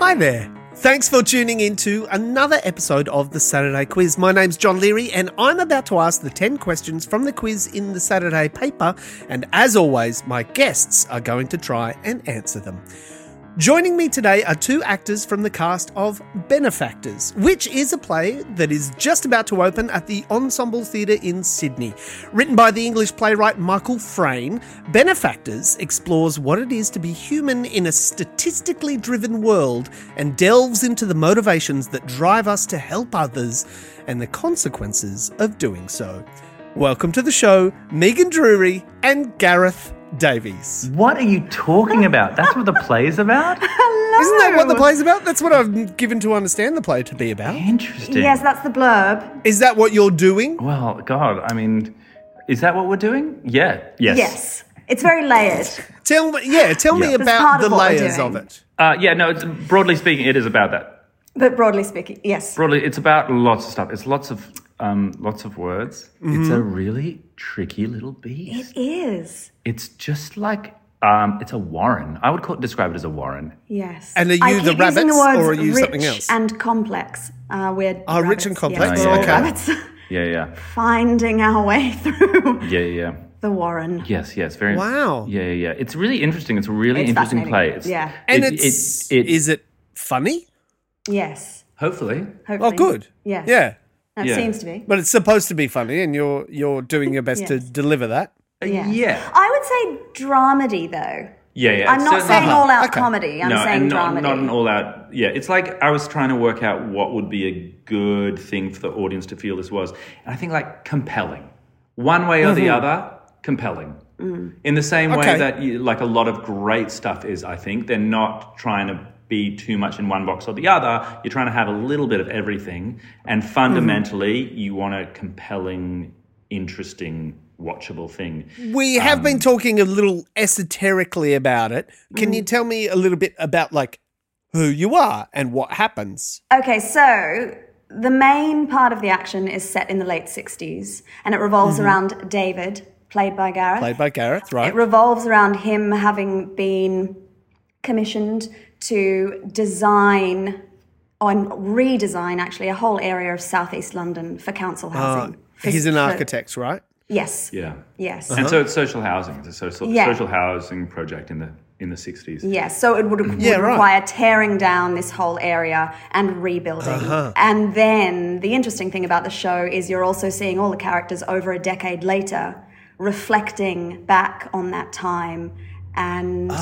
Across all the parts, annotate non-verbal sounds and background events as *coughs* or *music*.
Hi there. Thanks for tuning in to another episode of the Saturday Quiz. My name's John Leary, and I'm about to ask the 10 questions from the quiz in the Saturday paper. And as always, my guests are going to try and answer them. Joining me today are two actors from the cast of Benefactors, which is a play that is just about to open at the Ensemble Theatre in Sydney. Written by the English playwright Michael Frayn, Benefactors explores what it is to be human in a statistically driven world and delves into the motivations that drive us to help others and the consequences of doing so. Welcome to the show, Megan Drury and Gareth Davies. What are you talking about? That's what the play is about? Isn't that Oh. what the play's about? That's what I've given to understand the play to be about. Interesting. Yes, that's the blurb. Is that what you're doing? Well, God, I mean, is that what we're doing? Yeah. Yes. Yes. It's very layered. Tell me, yeah, tell me Yeah. That's about part the of what we're layers doing. of it. Uh, yeah, no, it's, broadly speaking, it is about that. But broadly speaking, yes. Broadly, it's about lots of stuff. It's lots of um, lots of words. It's a really tricky little beast. It is. It's just like um, it's a warren. I would call describe it as a warren. Yes. And are I you keep the using rabbits, the words or are you rich something else? And complex. Uh, we're Ah, rich rabbits, and complex, Yes, we're all Oh, okay. rabbits. *laughs* Yeah, yeah, Finding our way *laughs* through yeah, yeah. the Warren. Yes, yes, very. Wow. Yeah, yeah, yeah. It's really interesting. It's a really It's interesting fascinating. play. It's, Yeah. And it- it's, it- it- is it funny? Yes. hopefully. Oh, Hopefully. good. Yes. Yeah. That Yeah. seems to be. But it's supposed to be funny, and you're you're doing your best to Yes. deliver that. Yeah. uh, yeah. I would say dramedy, though. Yeah, yeah. I'm it's not certainly- saying all out Uh-huh. Okay. comedy. I'm no, saying and not, dramedy. not an all out. Yeah, it's like I was trying to work out what would be a good thing for the audience to feel this was, and I think like compelling, one way or the Mm-hmm. other, compelling. Mm. In the same Okay. way that you, like a lot of great stuff is, I think they're not trying to be too much in one box or the other. You're trying to have a little bit of everything, and Mm-hmm. fundamentally, you want a compelling, interesting, watchable thing. Mm-hmm. We have been Um, talking a little esoterically about it. Can Mm. you tell me a little bit about like who you are and what happens? Okay, so the main part of the action is set in the late 60s and it revolves around David, played by Gareth. Mm-hmm. Played by Gareth, right? it revolves around him having been commissioned to design or redesign actually a whole area of southeast London for council housing. For- Ah, He's an for- architect, Uh-huh. right? Yes. Yeah. Yes. And so it's social housing. It's a social, Yeah. social housing project in the in the sixties. Yes, so it would, would Yeah, right. require tearing down this whole area and rebuilding. And then the interesting thing about the show is you're also seeing all the characters over a decade later reflecting back on that time and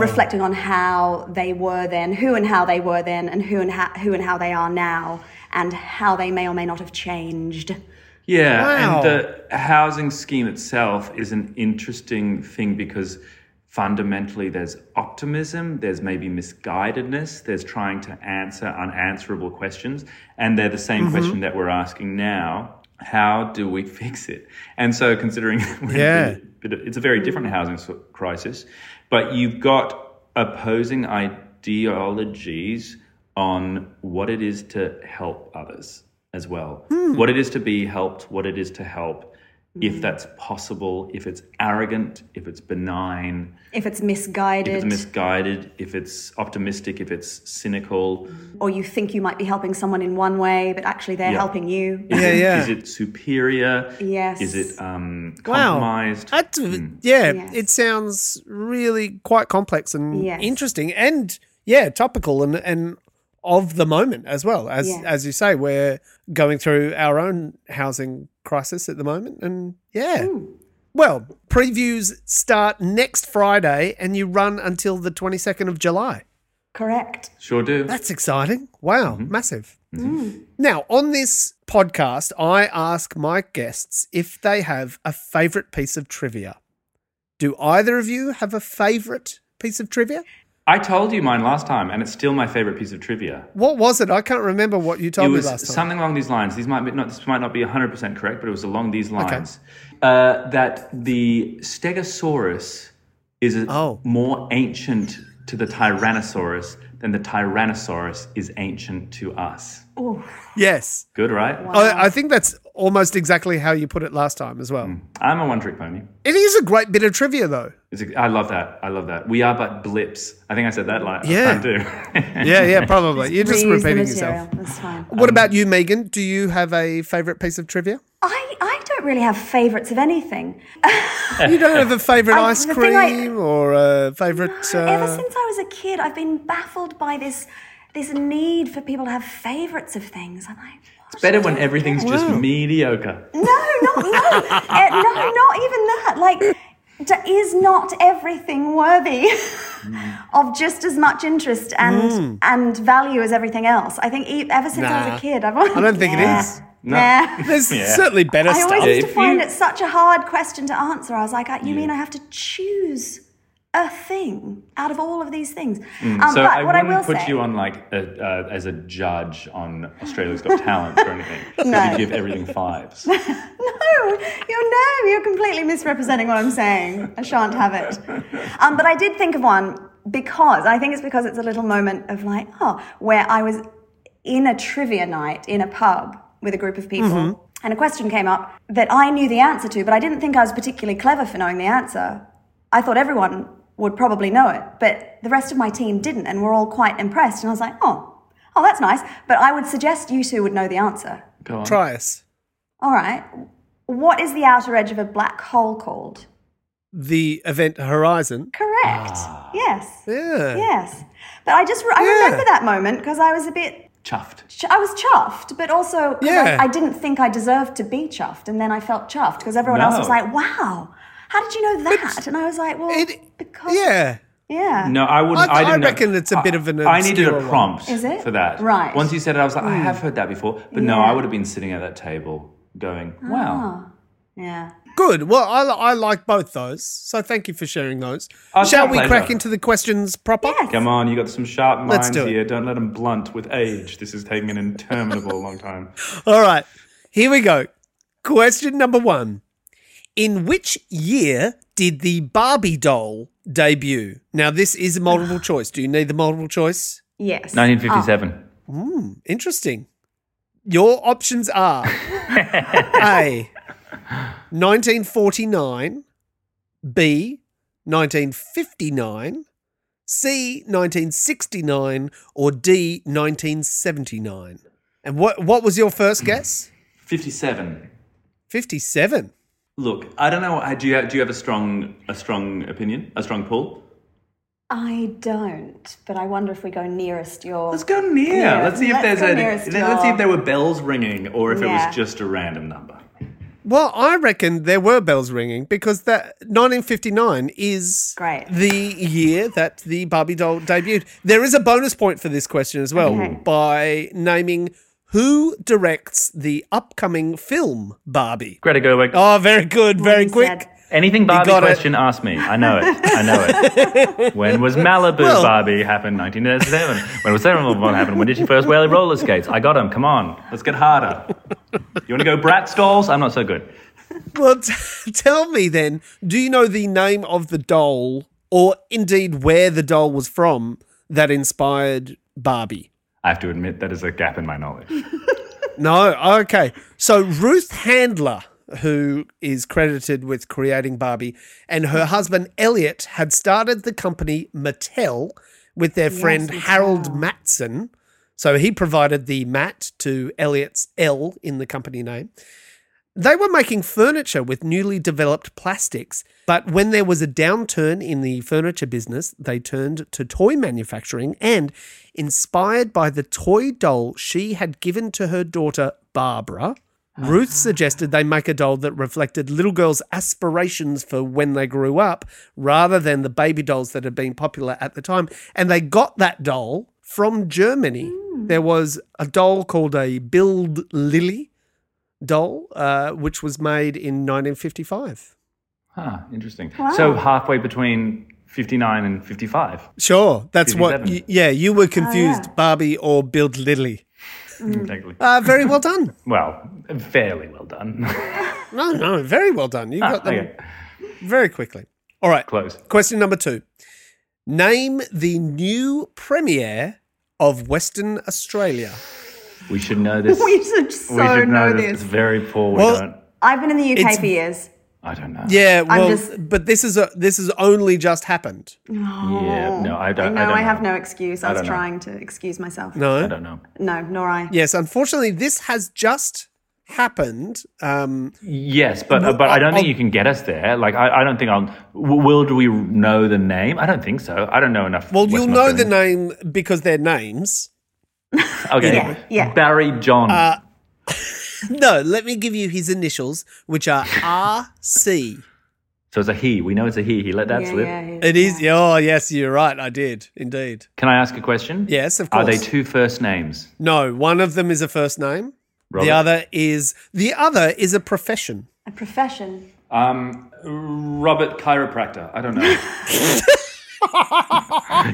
reflecting on how they were then, who and how they were then, and who and how, who and how they are now, and how they may or may not have changed. Yeah, Wow. and the housing scheme itself is an interesting thing because fundamentally there's optimism, there's maybe misguidedness, there's trying to answer unanswerable questions, and they're the same Mm-hmm. question that we're asking now. How do we fix it? And so, considering we're in a Yeah. bit of- it's a very different housing so- crisis, but you've got opposing ideologies on what it is to help others as well. What it is to be helped, what it is to help. if that's possible, if it's arrogant, if it's benign, If it's if misguided it's misguided, if it's optimistic, if it's cynical. or you think you might be helping someone in one way, but actually they're Yeah. helping you. Is Yeah, it, yeah. Is it superior? Yes. Is it um, Wow. compromised? That's, Yeah, Yes. it sounds really quite complex and Yes. interesting and, yeah, topical and, and of the moment as well. As, Yeah. as you say, we're going through our own housing crisis at the moment. And, yeah. Hmm. Well, previews start next Friday and you run until the 22nd of July. Correct. Sure do. That's exciting. Wow, massive. Now, on this podcast, I ask my guests if they have a favorite piece of trivia. Do either of you have a favorite piece of trivia? I told you mine last time, and it's still my favorite piece of trivia. What was it? I can't remember what you told it me was last time. something along these lines. These might be not. This might not be hundred percent correct, but it was along these lines uh, that the Stegosaurus is a- Oh. more ancient to the Tyrannosaurus than the Tyrannosaurus is ancient to us. yes. Good, right? I, I think that's almost exactly how you put it last time as well. Oh. I'm a one-trick pony. It is a great bit of trivia, though. It's a, I love that. I love that. We are but blips. I think I said that last Yeah. time *laughs* too. Yeah, yeah, probably. You're just Reuse the repeating material. yourself. Um, That's fine. What about you, Megan? Do you have a favorite piece of trivia? I, I don't really have favorites of anything. *laughs* You don't have a favourite I- ice the thing cream I- or a favourite. Ever Uh, since I was a kid, I've been baffled by this this need for people to have favorites of things. I'm like, It's better when everything's just Wow. mediocre. no, not *laughs* no, Eh, no, not even that. Like, d- is not everything worthy Hmm. of just as much interest and Hmm. and value as everything else? I think e- ever since I was Nah. a kid, I've always, I don't think it Nah. is. No. *laughs* Nah. there's certainly better I stuff. always used to if find you- it such a hard question to answer. I was like, I- you mean I have to choose a thing out of all of these things? Um, Mm. so but I what I wouldn't will put say, you on like a, uh, as a judge on Australia's Got Talent or *laughs* anything. 'cause You give everything fives. no, you know, you're completely misrepresenting what I'm saying. I shan't have it. Um, but I did think of one because I think it's because it's a little moment of like, oh, where I was in a trivia night in a pub with a group of people. And a question came up that I knew the answer to, but I didn't think I was particularly clever for knowing the answer. I thought everyone would probably know it, but the rest of my team didn't, and we're all quite impressed. And I was like, oh, oh, that's nice. But I would suggest you two would know the answer. Go on. Try us. All right. What is the outer edge of a black hole called? The event horizon. Correct. Ah. Yes. Yeah. Yes. But I just re- I Yeah. remember that moment because I was a bit Chuffed. ch- I was chuffed, but also 'cause Yeah. I, I didn't think I deserved to be chuffed, and then I felt chuffed because everyone else was No. like, "Wow, how did you know that?" and I was like, "Well, It- because yeah. yeah, No, I wouldn't. I- I, I didn't know- reckon it's a bit of an I needed obscure a one. prompt Is it? for that. Right. Mm. Once you said it, I was like, I have heard that before. But no, Yeah. Ah. I would have been sitting at that table going, wow. yeah." Good. Well, I, li- I like both those. So thank you for sharing those. Oh, it's Shall my we pleasure. crack into the questions proper? Yes. Come on, you got some sharp minds Let's do it. here. Don't let them blunt with age. This is taking an interminable long *laughs* time. All right. Here we go. Question number one In which year did the Barbie doll debut? Now, this is a multiple choice. Do you need the multiple choice? Yes. 1957. Interesting. Your options are A, 1949, B, 1959, C, 1969, or D, 1979. And what, what was your first guess? 57. 57. Look, I don't know. Do you, do you have a strong, a strong opinion? A strong pull? I don't, but I wonder if we go nearest your. Let's go near. Yeah, let's see if there's let's go a. nearest Let's see your- if there were bells ringing or if it Yeah. was just a random number. Well, I reckon there were bells ringing because that 1959 is Great. the year that the Barbie doll debuted. There is a bonus point for this question as well Okay. by naming who directs the upcoming film Barbie. Greta Gerwig. Oh, very good, very He quick. said, Anything Barbie got it. question, ask me. I know it. I know *laughs* it. when was Malibu Well- Barbie happened? 1997. When was Sarah Vaughan happened? When did she first wear roller skates? I got him. Come on. Let's get harder. You want to go brat stalls? I'm not so good. Well, t- tell me then, do you know the name of the doll or indeed where the doll was from that inspired Barbie? I have to admit, that is a gap in my knowledge. No, okay. So Ruth Handler who is credited with creating Barbie, and her husband Elliot had started the company Mattel with their friend Harold Matson. So he provided the Matt to Elliot's L in the company name. They were making furniture with newly developed plastics, but when there was a downturn in the furniture business, they turned to toy manufacturing and, inspired by the toy doll she had given to her daughter Barbara, Ruth suggested they make a doll that reflected little girls' aspirations for when they grew up rather than the baby dolls that had been popular at the time. And they got that doll from Germany. There was a doll called a Build Lily doll, uh, which was made in 1955. Huh, interesting. So halfway between 59 and 55. Sure, that's what. 57. y- yeah, you Oh, were confused, Barbie or Build Lily. Mm. Technically. Uh, very well done. well, fairly well done. *laughs* No, no, very well done. You got them Ah, okay, very quickly. All right, close. question number two. Name the new premiere of Western Australia. We should know this. *laughs* We should so we should know that It's this. very poor. We Well- don't. I've been in the UK It's- for years. I don't know. Yeah, well, just- but this is a this is only just happened. Yeah, no, I don't. I know don't I, have know. no excuse. I, was don't know. trying to excuse myself. I No, don't know. No, nor I. yes, unfortunately, this has just happened. Um, Yes, but uh, but I don't think you can get us there. Like I, I don't think I'll. W- will do we know the name? I don't think so. I don't know enough. well, Western you'll know the Australian- name because they're names. Okay, Yeah, yeah. Barry John. Uh, No, let me give you his initials, which are R C. so it's a he. We know it's a he. He let that Yeah, slip. yeah, yeah. It is. Oh, yes, you're right. I did indeed. Can I ask a question? Yes, of Are they course. two first names? No, one of them is a first name. Robert? The other is the other is a profession. A profession. Um, Robert chiropractor. I don't *laughs* know. *laughs*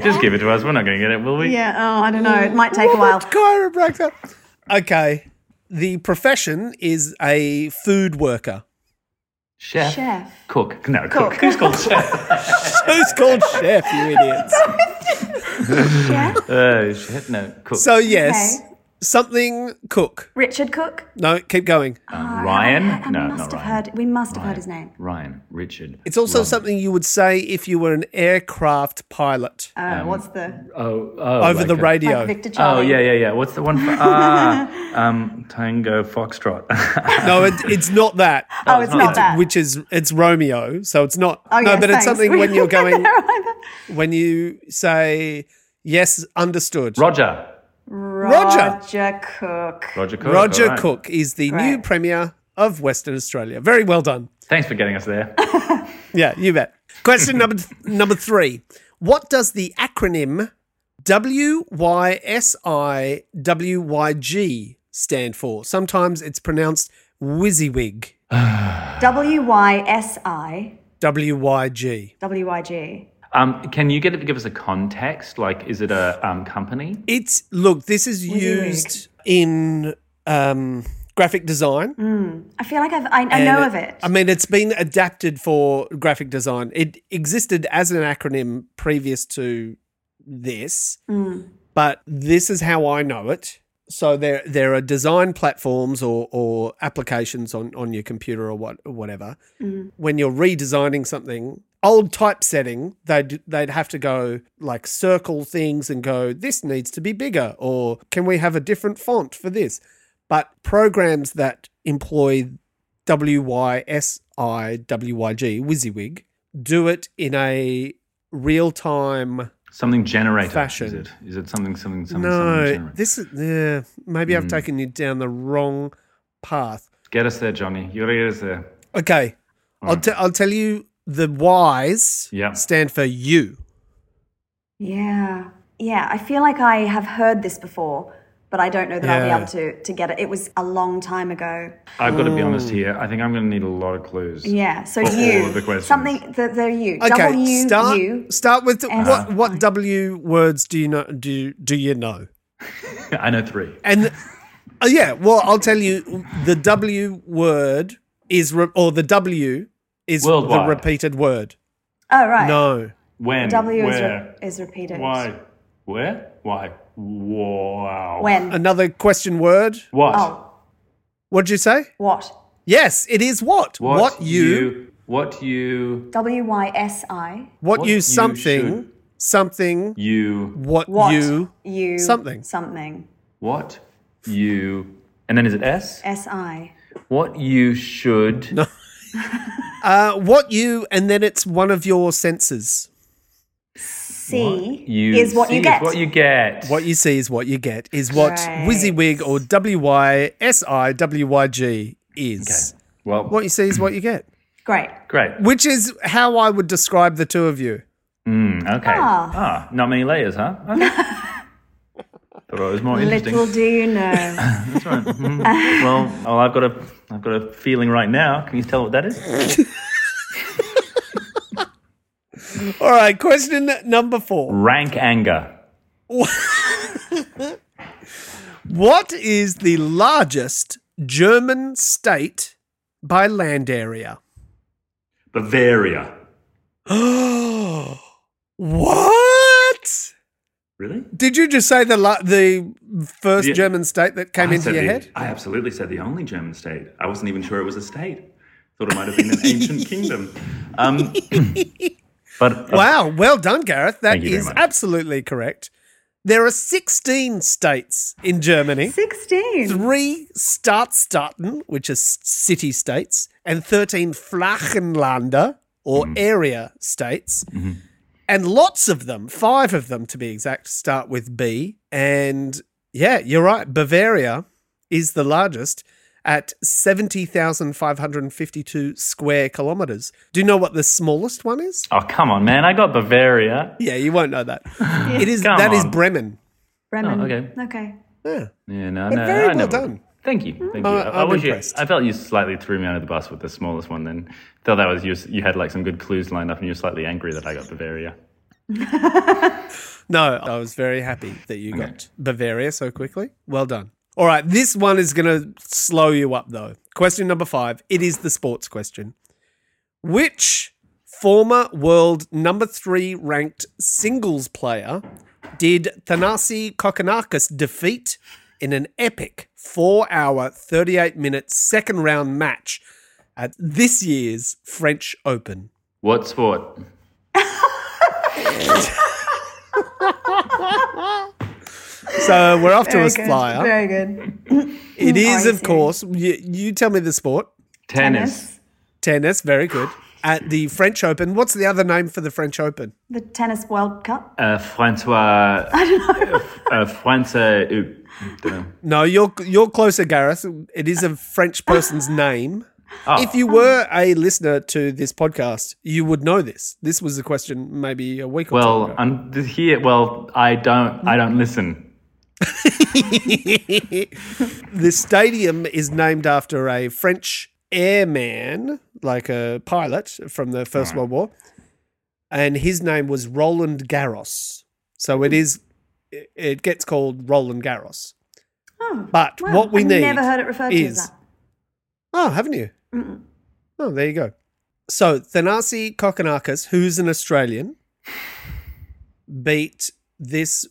Just give it to us. We're not going to get it, will we? Yeah, oh, I don't know. It might take a while. Chiropractor. Okay. The profession is a food worker. *laughs* Chef. Chef. Cook. No, cook. Cook. Who's *laughs* called chef? Who's called chef, you idiots? Yeah. Uh, chef. No, cook. So yes, Okay. something cook. Richard Cook. No, keep going. um, Ryan. I, I no, not must have Ryan. heard. We must have heard his name. Ryan. Richard. It's also something you would say if you were an aircraft pilot Uh, what's the Oh, oh over like the a- radio. like Victor Charlie? Oh yeah, yeah, yeah. What's the one? *laughs* For, ah, um, Tango Foxtrot. *laughs* No, it, it's not that. *laughs* Oh, it's not that. Which is it's Romeo, so it's not. oh, no, yes, but it's thanks. something We when you're *laughs* weren't going there either. when you say yes, understood. Roger. Roger. Roger Cook. Roger Cook. Roger all right. Cook is the new Right. premier of Western Australia. Very well done. Thanks for getting us there. Yeah, you bet. Question number th- number three. What does the acronym W Y S I W Y G stand for? Sometimes it's pronounced WYSIWYG. W Y S I W Y G. W Y G. Um, can you get give us a context? Like, is it a um, company? It's look. This is used in um, graphic design. I feel like I've, I, I know of it. I mean, it's been adapted for graphic design. It existed as an acronym previous to this, Mm. but this is how I know it. So there, there are design platforms or, or applications on, on your computer or what whatever. Mm. When you're redesigning something, old typesetting, they'd they'd have to go like circle things and go this needs to be bigger or can we have a different font for this? But programs that employ W Y S I W Y G, WYSIWYG, do it in a real time. Something generated. Fashion. Is it? Is it something? Something? Something? something No, generated? this is, yeah, maybe I've taken you down the wrong path. Get us there, Johnny. You gotta get us there. Okay, I'll, te- I'll tell you the Y's Yeah. stand for you. yeah. Yeah. I feel like I have heard this before, but I don't know that Yeah. I'll be able to, to get it. It was a long time ago. I've got to be Oh. honest here. I think I'm gonna need a lot of clues. Yeah. So For all you. of the questions. Something, the, the you. Okay, W, start you. start with what S- what W words do you know do do you know? *laughs* I know three. And uh, yeah, well, I'll tell you the W word is re- or the W is Worldwide. the repeated word. Oh, right. No. When? W is, re- where? is repeated. Why? Where? Why? Wow. When? Another question word. What? Oh, What'd you say? what? Yes, it is what? you, what you W Y S I. what, what you you something, should- something, you what, What you, you something. something what you and then is it S? S I What you should uh, what you, and then it's one of your senses. C you is what see you is get. What you get. What you see is what you get, is what Right. WYSIWYG or W Y S I W Y G is. well, What you see is what you get, Great. great. which is how I would describe the two of you. Okay. Ah. not many layers, *laughs* huh? Okay. Thought it was more interesting. Little do you *laughs* know. Well, well, I've got a, I've got a feeling right now. Can you tell what that is? All right, question number four. Rank anger. What is the largest German state by land area? Bavaria. *gasps* What? Really? Did you just say the la- the first Yeah. German state that came I into said your the- head? I absolutely said the only German state. I wasn't even sure it was a state. Thought it might have been an *laughs* ancient kingdom. Um, *clears throat* but uh, Wow, well done, Gareth. That Thank you very is much. absolutely correct. There are 16 states in Germany. Sixteen. Three Staatsstaaten, which are s- city states, and 13 Flachenlander, or area states. And lots of them, five of them to be exact, start with B. And yeah, you're right. Bavaria is the largest at 70,552 square kilometers. Do you know what the smallest one is? oh come on, man! I got Bavaria. Yeah, you won't know that. It is Come that is on. Bremen. Bremen. Oh, okay. Okay. Yeah. Yeah, no, But no, very I well never- done. Thank you, thank you. I- I, I I'm wish you, impressed. I felt you slightly threw me under the bus with the smallest one. Then thought that was you. You had like some good clues lined up, and you were slightly angry that I got Bavaria. No, I was very happy that you got Bavaria so quickly. Well done. All right, this one is going to slow you up though. Question number 5. It is the sports question. Which former world number 3 ranked singles player did Thanasi Kokonakis defeat in an epic 4-hour 38-minute second round match at this year's French Open? What sport? So we're off to Very a good. flyer. Very good. It is, I of see. course. You, you tell me the sport. Tennis. Tennis, very good. At the French Open. What's the other name for the French Open? The tennis World Cup. Uh, Francois. I don't know. Uh, France. Uh, don't know. No, you're you're closer, Gareth. It is a French person's name. uh, Ah. If you were a listener to this podcast, you would know this. This was a question maybe a week or two Well, ago. I'm th- here. Well, I don't. I don't listen. the stadium is named after a French airman, like a pilot from the First World War, and his name was Roland Garros. So it is, it- it gets called Roland Garros. but Oh, Wow, what we I've need never heard it referred is to as that. Oh, haven't you? Oh, there you go. So Thanasi Kokonakis, who's an Australian, beat this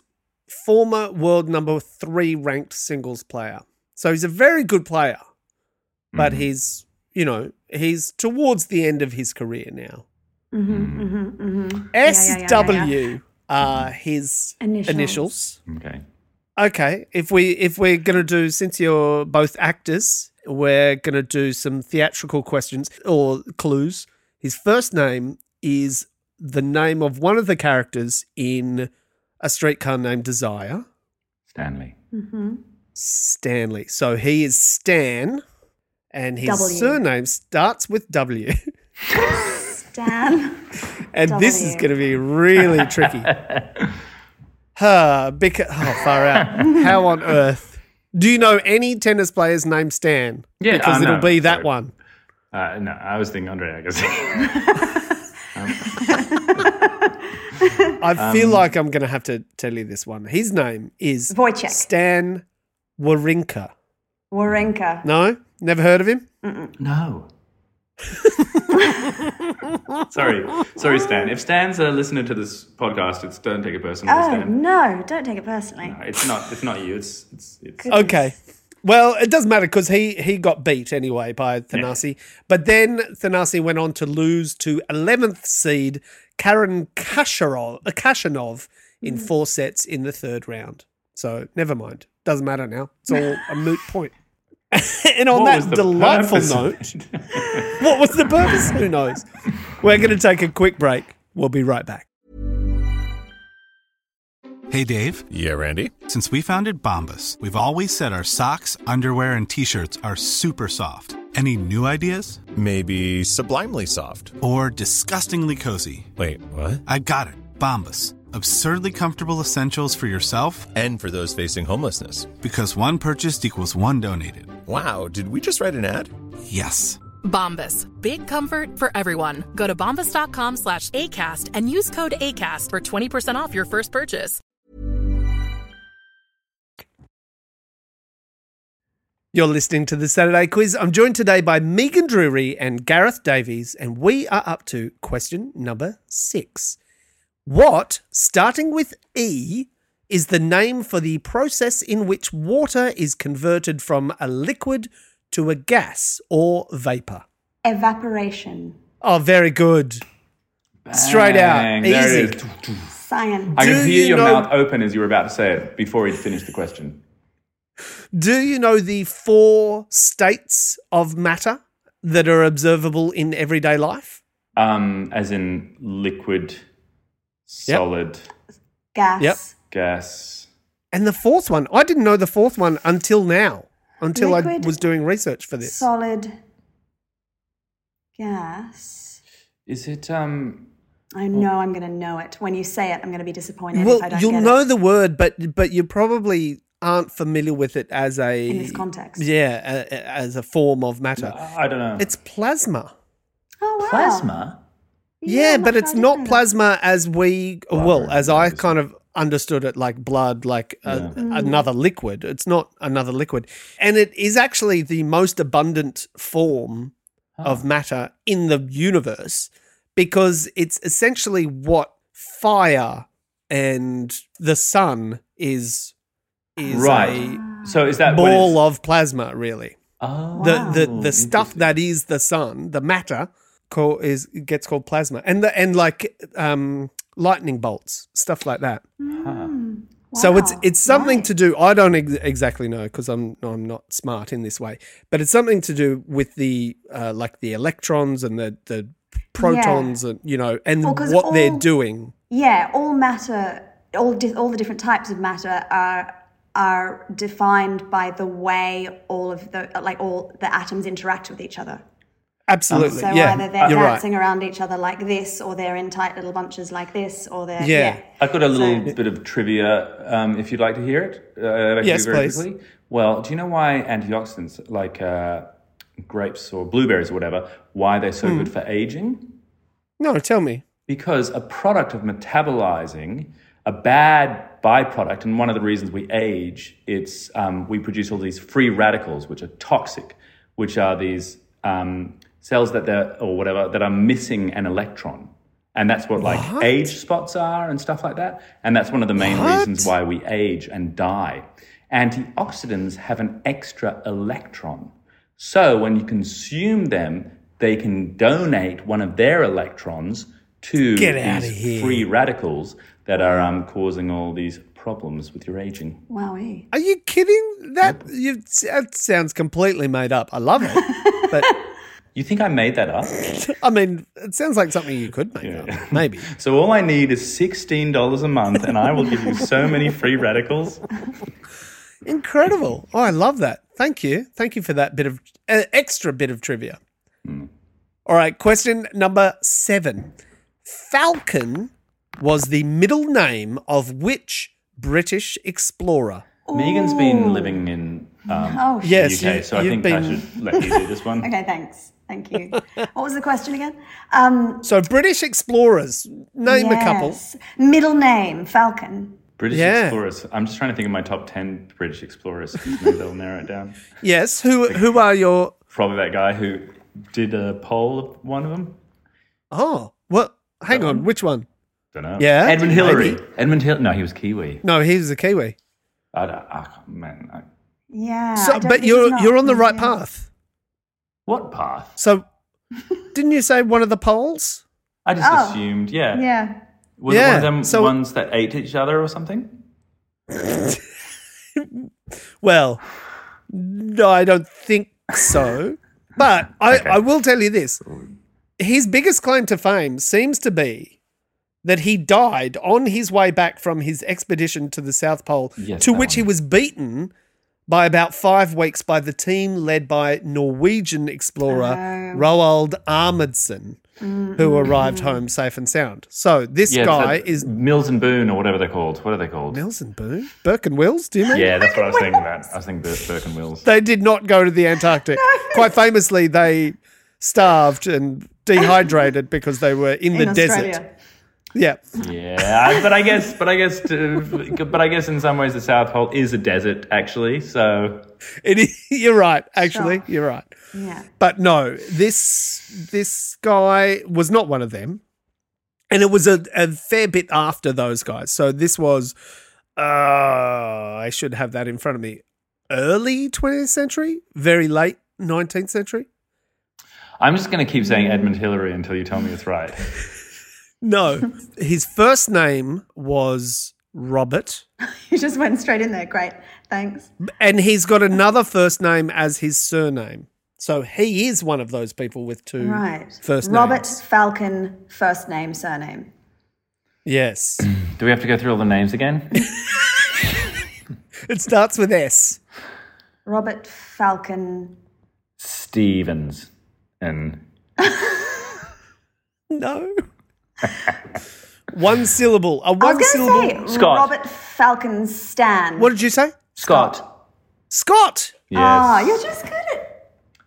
former world number three ranked singles player. So he's a very good player, but he's you know he's towards the end of his career now. Mm-hmm, SW are his Initials. initials. Okay. Okay, if we if we're gonna do since you're both actors, we're gonna do some theatrical questions or clues. His first name is the name of one of the characters in a streetcar named Desire, Stanley. Stanley. So he is Stan, and his W. surname starts with W. *laughs* Stan. And this is W. going to be really tricky. Huh, beca- oh, far out. *laughs* How on earth? Do you know any tennis players named Stan? Yeah, because I it'll know. be that Sorry. one. Uh, no, I was thinking Andre Agassi. I feel um, like I'm going to have to tell you this one. His name is Wojciech. Stan Wawrinka. Warenka. No, never heard of him. no. *laughs* sorry, sorry, Stan. If Stan's a listener to this podcast, it's don't take it personal, Oh Stan. Uh, no! Don't take it personally. It's not. It's not you. It's. It's. it's Okay, Well, it doesn't matter because he, he got beat anyway by Thanasi. But then Thanasi went on to lose to 11th seed Karen Kasharov, uh, Kashanov Hmm. in four sets in the third round. So never mind. Doesn't matter now. It's all a *laughs* moot point. *laughs* and on What was that the delightful purpose of note, *laughs* what was the purpose? Who knows? We're going to take a quick break. We'll be right back. Hey, Dave. Yeah, Randy. Since we founded Bombus, we've always said our socks, underwear, and t shirts are super soft. Any new ideas? Maybe sublimely soft. Or disgustingly cozy? Wait, what? I got it. Bombus. Absurdly comfortable essentials for yourself And for those facing homelessness. because one purchased equals one donated. Wow, did we just write an ad? Yes. Bombas. Big comfort for everyone. Go to bombas.com slash ACAST and use code ACAST for 20% off your first purchase. You're listening to the Saturday Quiz. I'm joined today by Megan Drury and Gareth Davies, and we are up to question number six. What, starting with E, is the name for the process in which water is converted from a liquid to a gas or vapor? Evaporation. Oh, very good. Straight out. Bang, there it Easy. is. Science. I Do could hear you your know- mouth open as you were about to say it before he'd finished the question. Do you know the four states of matter that are observable in everyday life? Um, as in liquid, solid, gas. Yep. gas. And the fourth one, I didn't know the fourth one until now, until Liquid I was doing research for this. Solid. Gas. Is it um? I know I'm going to know it. When you say it, I'm going to be disappointed Oh. well, if I don't you'll get know it the word, but but you probably aren't familiar with it as a in this context. yeah, a, a- as a form of matter. I don't know. It's plasma. Oh, wow. plasma. Yeah, my but God, I it's didn't know not that. plasma as we Blood well or as I anything. kind of understood it, like blood, like a, Mm. another liquid. It's not another liquid, and it is actually the most abundant form Ah. of matter in the universe because it's essentially what fire and the sun is is Right. Ah. So is a that what ball it's- of plasma, really. Oh, the the the stuff that is the sun, the matter, call, is gets called plasma, and the and like um, lightning bolts, stuff like that. So it's Hmm. Wow. it's something Right. to do. I don't ex- exactly know because I'm I'm not smart in this way, but it's something to do with the uh, like the electrons and the the protons and you know and Well, 'cause what they're all- doing. Yeah, all matter, all di- all the different types of matter are are defined by the way all of the like all the atoms interact with each other. Absolutely, So yeah, either they're you're right. dancing around each other like this, or they're in tight little bunches like this, or they're Yeah. I've got a little bit of trivia, um, if you'd like to hear it. Uh, that I can do Yes, very please. Quickly. Well, do you know why antioxidants, like uh, grapes or blueberries or whatever, why they're Hmm. so good for aging? No, tell me. Because a product of metabolizing a bad byproduct, and one of the reasons we age, it's um, we produce all these free radicals, which are toxic, which are these um, cells that they're or whatever that are missing an electron, and that's what like age spots are and stuff like that. And that's one of the main reasons why we age and die. Antioxidants have an extra electron. So when you consume them, they can donate one of their electrons to Get outta these here. free radicals that are um, causing all these problems with your aging. Wowee. Are you kidding? That you that sounds completely made up. I love it, but. *laughs* You think I made that up? I mean, it sounds like something you could make up. Maybe. So all I need is sixteen dollars a month, and I will give you so many free radicals. *laughs* Incredible. Oh, I love that. Thank you. Thank you for that bit of uh, extra bit of trivia. Hmm. All right, question number 7. Falcon was the middle name of which British explorer? Megan's been living in um, Oh, sh- Yes, UK, you- so I you've think I been- should let you do this one. okay, thanks, *laughs* thank you. what was the question again? Um, So British explorers, name a couple. yes. Middle name Falcon. British Yeah. explorers. I'm just trying to think of my top ten British explorers. Maybe they'll narrow it down. Yes, who who are your Probably that guy who did a poll of one of them. Oh, what? Hang on, which one? Don't know. Yeah, Edmund maybe. Hillary. Edmund Hill. No, he was Kiwi. No, he's a Kiwi. I don't, ah, man, I, Yeah. I So, don't but think you're it's you're on the not. right Yeah. path. What path? *laughs* So, didn't you say one of the polls? I just Oh. assumed, yeah. Yeah. Was it one Yeah, of them so- ones that ate each other or something? Well, no, I don't think so. But I, I will tell you this: his biggest claim to fame seems to be that he died on his way back from his expedition to the South Pole, Yes, to that which he one. was beaten by about five weeks by the team led by Norwegian explorer Roald Amundsen, who arrived home safe and sound. So this Yeah, it's guy that- is Mills and Boone or whatever they're called. What are they called? Mills and Boone, Burke and Wills. Do you know? Yeah, that's what I was thinking about. I was thinking Bur- Burke and Wills. they did not go to the *laughs* Antarctic. Quite famously, they starved and dehydrated because they were in, the In Australia. desert. Yeah. Yeah, but I guess, but I guess, uh, but I guess in some ways the South Pole is a desert actually. So It is, *laughs* you're right, actually. Sure. You're right. Yeah. *laughs* But no, this this guy was not one of them. And it was a, a fair bit after those guys. So this was uh I should have that in front of me. Early 20th century, very late 19th century. I'm just going to keep saying Edmund Hillary until you tell me it's right. *laughs* No, his first name was Robert. You just went straight in there. Great. Thanks. And he's got another first name as his surname. So he is one of those people with two first Right. names. Robert Falcon, first name, surname. Yes. *coughs* Do we have to go through all the names again? *laughs* it starts with S. Robert Falcon. Stevens and *laughs* No. one syllable. A I one was syllable. going to say Scott. Robert Falcon Stan. What did you say? Scott. Scott. Yes. Ah, you're just good at.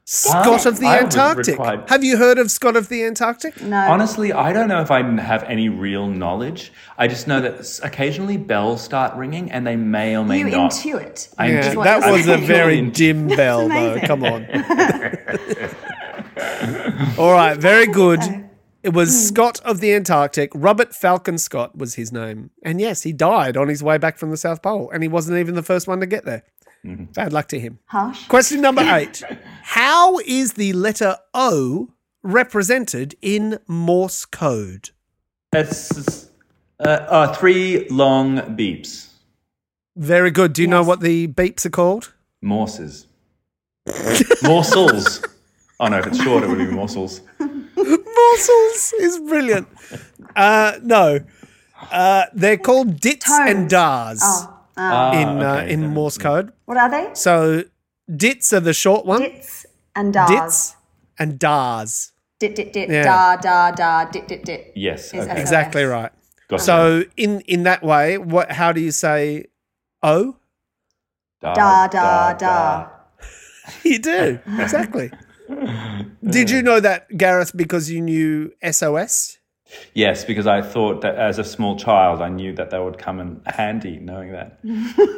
Scott of the I was Antarctic. required- Have you heard of Scott of the Antarctic? Um, Honestly, I don't know if I have any real knowledge. I just know that s- occasionally bells start ringing, and they may or may You not. intuit. I Yeah, just- that I'm was a totally very in- dim bell, though. amazing. Come *laughs* on. All right, very good. Uh, It was hmm. Scott of the Antarctic. Robert Falcon Scott was his name. And yes, he died on his way back from the South Pole, and he wasn't even the first one to get there. Bad luck to him. Harsh. Question number *laughs* eight How is the letter O represented in Morse code? It's uh, uh, three long beeps. Very good. Do you know what the beeps are called? *laughs* Morses. Morsels. Oh no, if it's short, it would be morsels. uh, morsels is brilliant. Uh, no, uh, they're called dits *laughs* Tones. Oh, and dars in uh, Ah, okay, in then. Morse code. What are they? So dits are the short one. Dits and dars. Dits and dars. Dit, dit, dit. Yeah. Da, da, da. Dit, dit, dit. Yes. Is Okay. SOS. Exactly right. Got it. So in in that way, what? How do you say? O? *laughs* Da, da, da. you do exactly. Did you know that Gareth because you knew SOS? Yes, because I thought that as a small child, I knew that that would come in handy, knowing *laughs* that.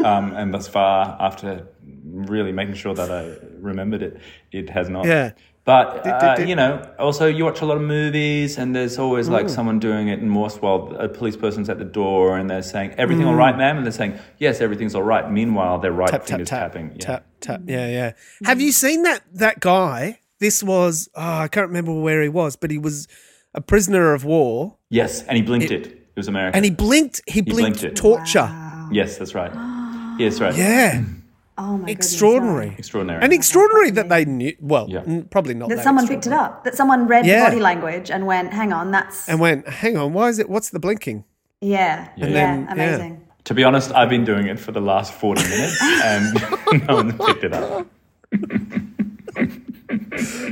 um, and thus far, after really making sure that I remembered it, it has not. Yeah. But, uh, did- you know, also you watch a lot of movies and there's always Mm. like someone doing it in Morse while a police person's at the door and they're saying, everything all right, ma'am? And they're saying, yes, everything's all right. Meanwhile, their right Mm. tap tap finger's tap tapping. Yeah. tap tap. Hmm. Yeah, yeah. Have you seen that that guy? This was oh, I can't remember where he was, but he was a prisoner of war, Yes, and he blinked it. It, was American. and he blinked. He blinked, blinked it. torture. yes, *gasps* that's right. Yes, right. Yeah, Oh my extraordinary, Extraordinary. and extraordinary that they knew. Well, Yeah. n- probably not. goodness. that That someone picked it up. That someone read Yeah. body language and went, hang on, that's. extraordinary. and went, hang on, why is it? What's the blinking? *laughs* yeah. Yeah. then- amazing. To be honest, I've been doing it for the last 40 minutes and *laughs* no one picked it up.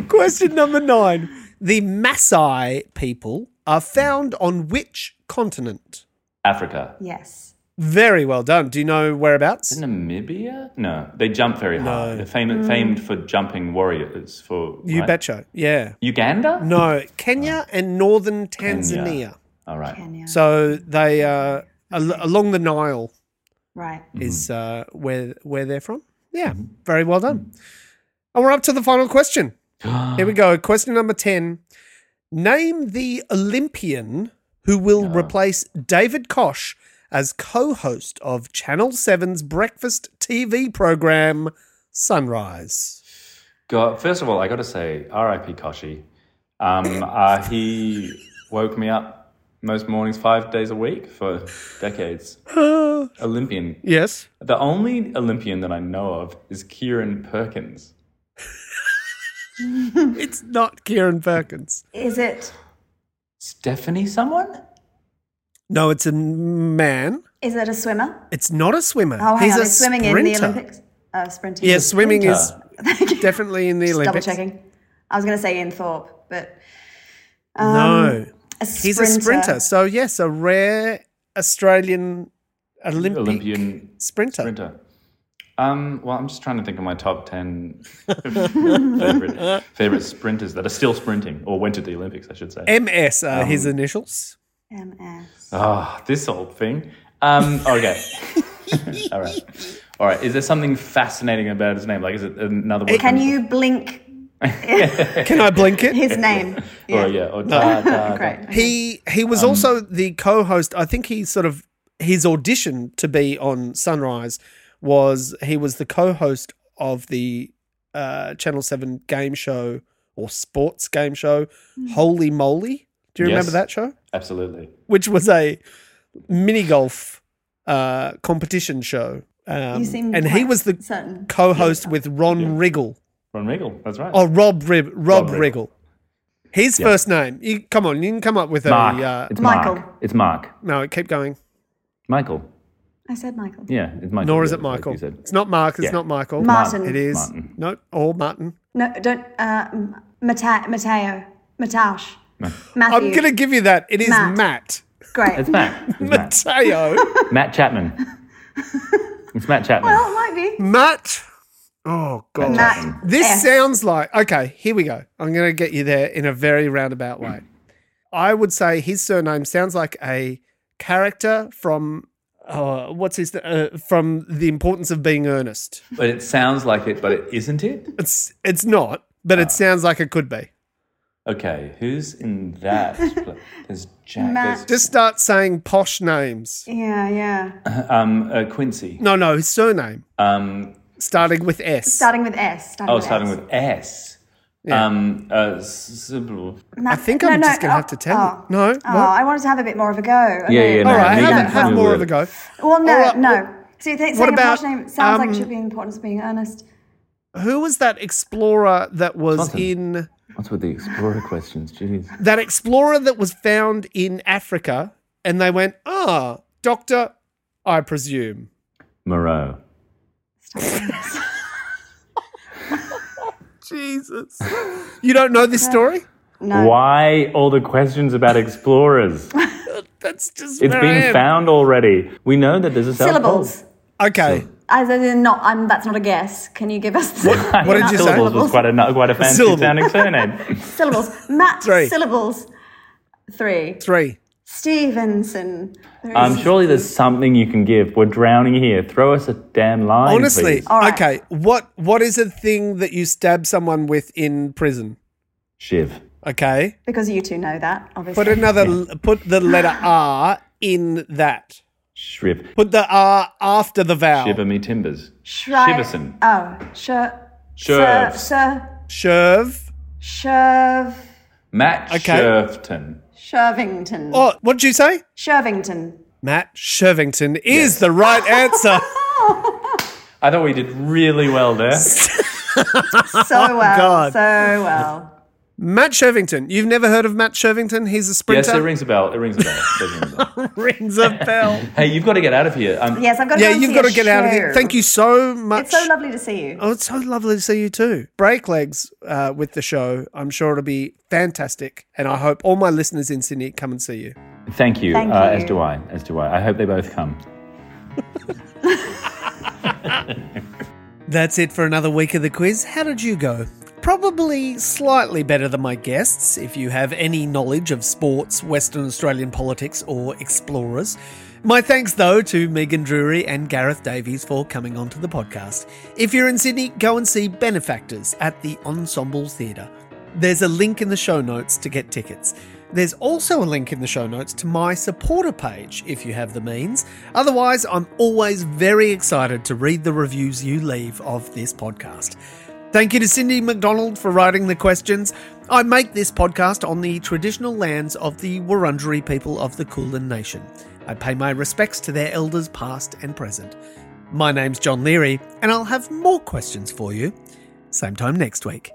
Question number nine: The Maasai people are found on which continent? Africa. Yes. Very well done. Do you know whereabouts? Namibia? No, they jump very hard. They're famed, famed for jumping warriors. For You right? betcha. Yeah. Uganda? No, Kenya and northern Tanzania. All right. Kenya. So they uh, al- along the Nile Right. is uh, where where they're from. Yeah, very well done. And we're up to the final question. Here we go. Question number ten. Name the Olympian who will replace David Kosh as co host of Channel 7's breakfast TV program, Sunrise. Got, first of all, I got to say, R.I.P. Koshi. Um, uh, he woke me up most mornings, five days a week for *sighs* decades. Olympian. Yes. The only Olympian that I know of is Kieran Perkins. It's not Kieran Perkins. Is it? Stephanie, someone? No, it's a man. Is it a swimmer? It's not a swimmer. Oh, hang He's on, a he's swimming in the sprinter. Olympics. Uh, sprinting. Yeah, swimming is *laughs* Thank you. definitely in the Just double Olympics. checking. I was going to say Ian Thorpe, but no. a He's a sprinter. So, yes, a rare Australian Olympic Olympian sprinter. Sprinter. Um, well, I'm just trying to think of my *laughs* top 10 favorite, favorite sprinters that are still sprinting or went to the Olympics, I should say. MS are his initials. MS. Ah, this old thing. Um, okay. *laughs* All right. All right. Is there something fascinating about his name? Like, is it another one? Can you blink Can I blink *laughs* it? his name? *laughs* Or, Oh, yeah. Or ta, ta, ta. Great. He he Um, was also the co-host. I think he sort of his audition to be on Sunrise was he was the co-host of the uh, Channel Seven game show or sports game show. Hmm. Holy moly! Do you remember Yes. that show? Absolutely. Which was a mini golf uh, competition show. Um, You seem and he quite was the certain. co-host with Ron Riggle. Ron Regal. That's right. Oh, Rob Rib, Rob, Riggle. Rob Riggle. His first name. You come on. You can come up with Mark. a. Uh, it's Michael. Mark. It's Mark. no, keep going. Michael. I said Michael. Yeah. It's Michael. Nor is yeah, it like you Michael. said. It's not Mark. It's Yeah. not Michael. Martin. It is Martin. no, all Martin. No, don't. Uh, M- Mata- Mateo. Mataush. Matthew. I'm gonna give you that. It is Matt. Matt. Great. *laughs* It's Matt. It's Matt. Mateo. *laughs* Matt Chapman. It's Matt Chapman. well, Oh, it might be. Matt. Oh God. Matt. This F. sounds like okay. Here we go. I'm going to get you there in a very roundabout way. I would say his surname sounds like a character from uh, what's his uh, from The Importance of Being Earnest. but it sounds like it, but it isn't it? It's it's not, but Ah. it sounds like it could be. Okay. Who's in that? pla- There's Jack. Matt. Just start saying posh names. Yeah, yeah. There's um, uh, Quincy. No, no, his surname Um, starting with S. Starting with S. Starting oh, with starting S. with S. Um, uh, s- s- I think I'm just going to have to tell oh. you. No, Oh, what? I wanted to have a bit more of a go. Yeah, Okay. yeah, no, all right. no, have, no, a- have no, more no. of a go. Well, no, All right, no. well, so you think uh, what saying a posh about, name sounds like it um, should be important to being earnest. Who was that explorer that was Martin. in? What's with the explorer questions? Jeez. that explorer that was found in Africa, and they went, ah, doctor, I presume. Moreau. Jesus. *laughs* You don't know this story? No. Why all the questions about explorers? That's just It's where I been am. found already. We know that there's a cell Syllables. Oh. *laughs* Okay. As in not, I'm, that's not a guess. Can you give us the called- What did you say? Syllables was quite a no- quite a fancy Syllable. sounding surname. *laughs* syllables? Matt, Three. syllables. Three. Three. Stevenson. There Um, is- surely there's something you can give. We're drowning here. Throw us a damn line, Honestly, please. All right. okay. What what is a thing that you stab someone with in prison? Shiv. Okay. Because you two know that, obviously. Put another put the *gasps* letter R in that. Shriv. Put the R after the vowel. Shiver me timbers. Shri- Shiverson. Oh, sure. Sir, Shirves. sir, Sherv. Sherv, Matt Okay. Shervton. Shervington. Oh, what'd you say? *laughs* Shervington. Matt Shervington is the right answer. *laughs* I thought we did really well there. So well, Oh, God. so well. Matt Shervington. You've never heard of Matt Shervington? He's a sprinter. yes, it rings a bell. It rings a bell. It does ring a *laughs* bell. Rings *laughs* a bell. hey, you've got to get out of here. Um, Yes, I've got to yeah, go and you've see got a to get out of here. show. Thank you so much. It's so lovely to see you. Oh, it's so lovely to see you too. Break legs uh, with the show. I'm sure it'll be fantastic, and I hope all my listeners in Sydney come and see you. Thank you, Thank uh, you. as do I, as do I. I hope they both come. That's it for another week of the quiz. How did you go? Probably slightly better than my guests if you have any knowledge of sports, Western Australian politics, or explorers. My thanks, though, to Megan Drury and Gareth Davies for coming onto the podcast. If you're in Sydney, go and see Benefactors at the Ensemble Theatre. There's a link in the show notes to get tickets. There's also a link in the show notes to my supporter page if you have the means. Otherwise, I'm always very excited to read the reviews you leave of this podcast. Thank you to Cindy McDonald for writing the questions. I make this podcast on the traditional lands of the Wurundjeri people of the Kulin Nation. I pay my respects to their elders, past and present. My name's John Leary, and I'll have more questions for you same time next week.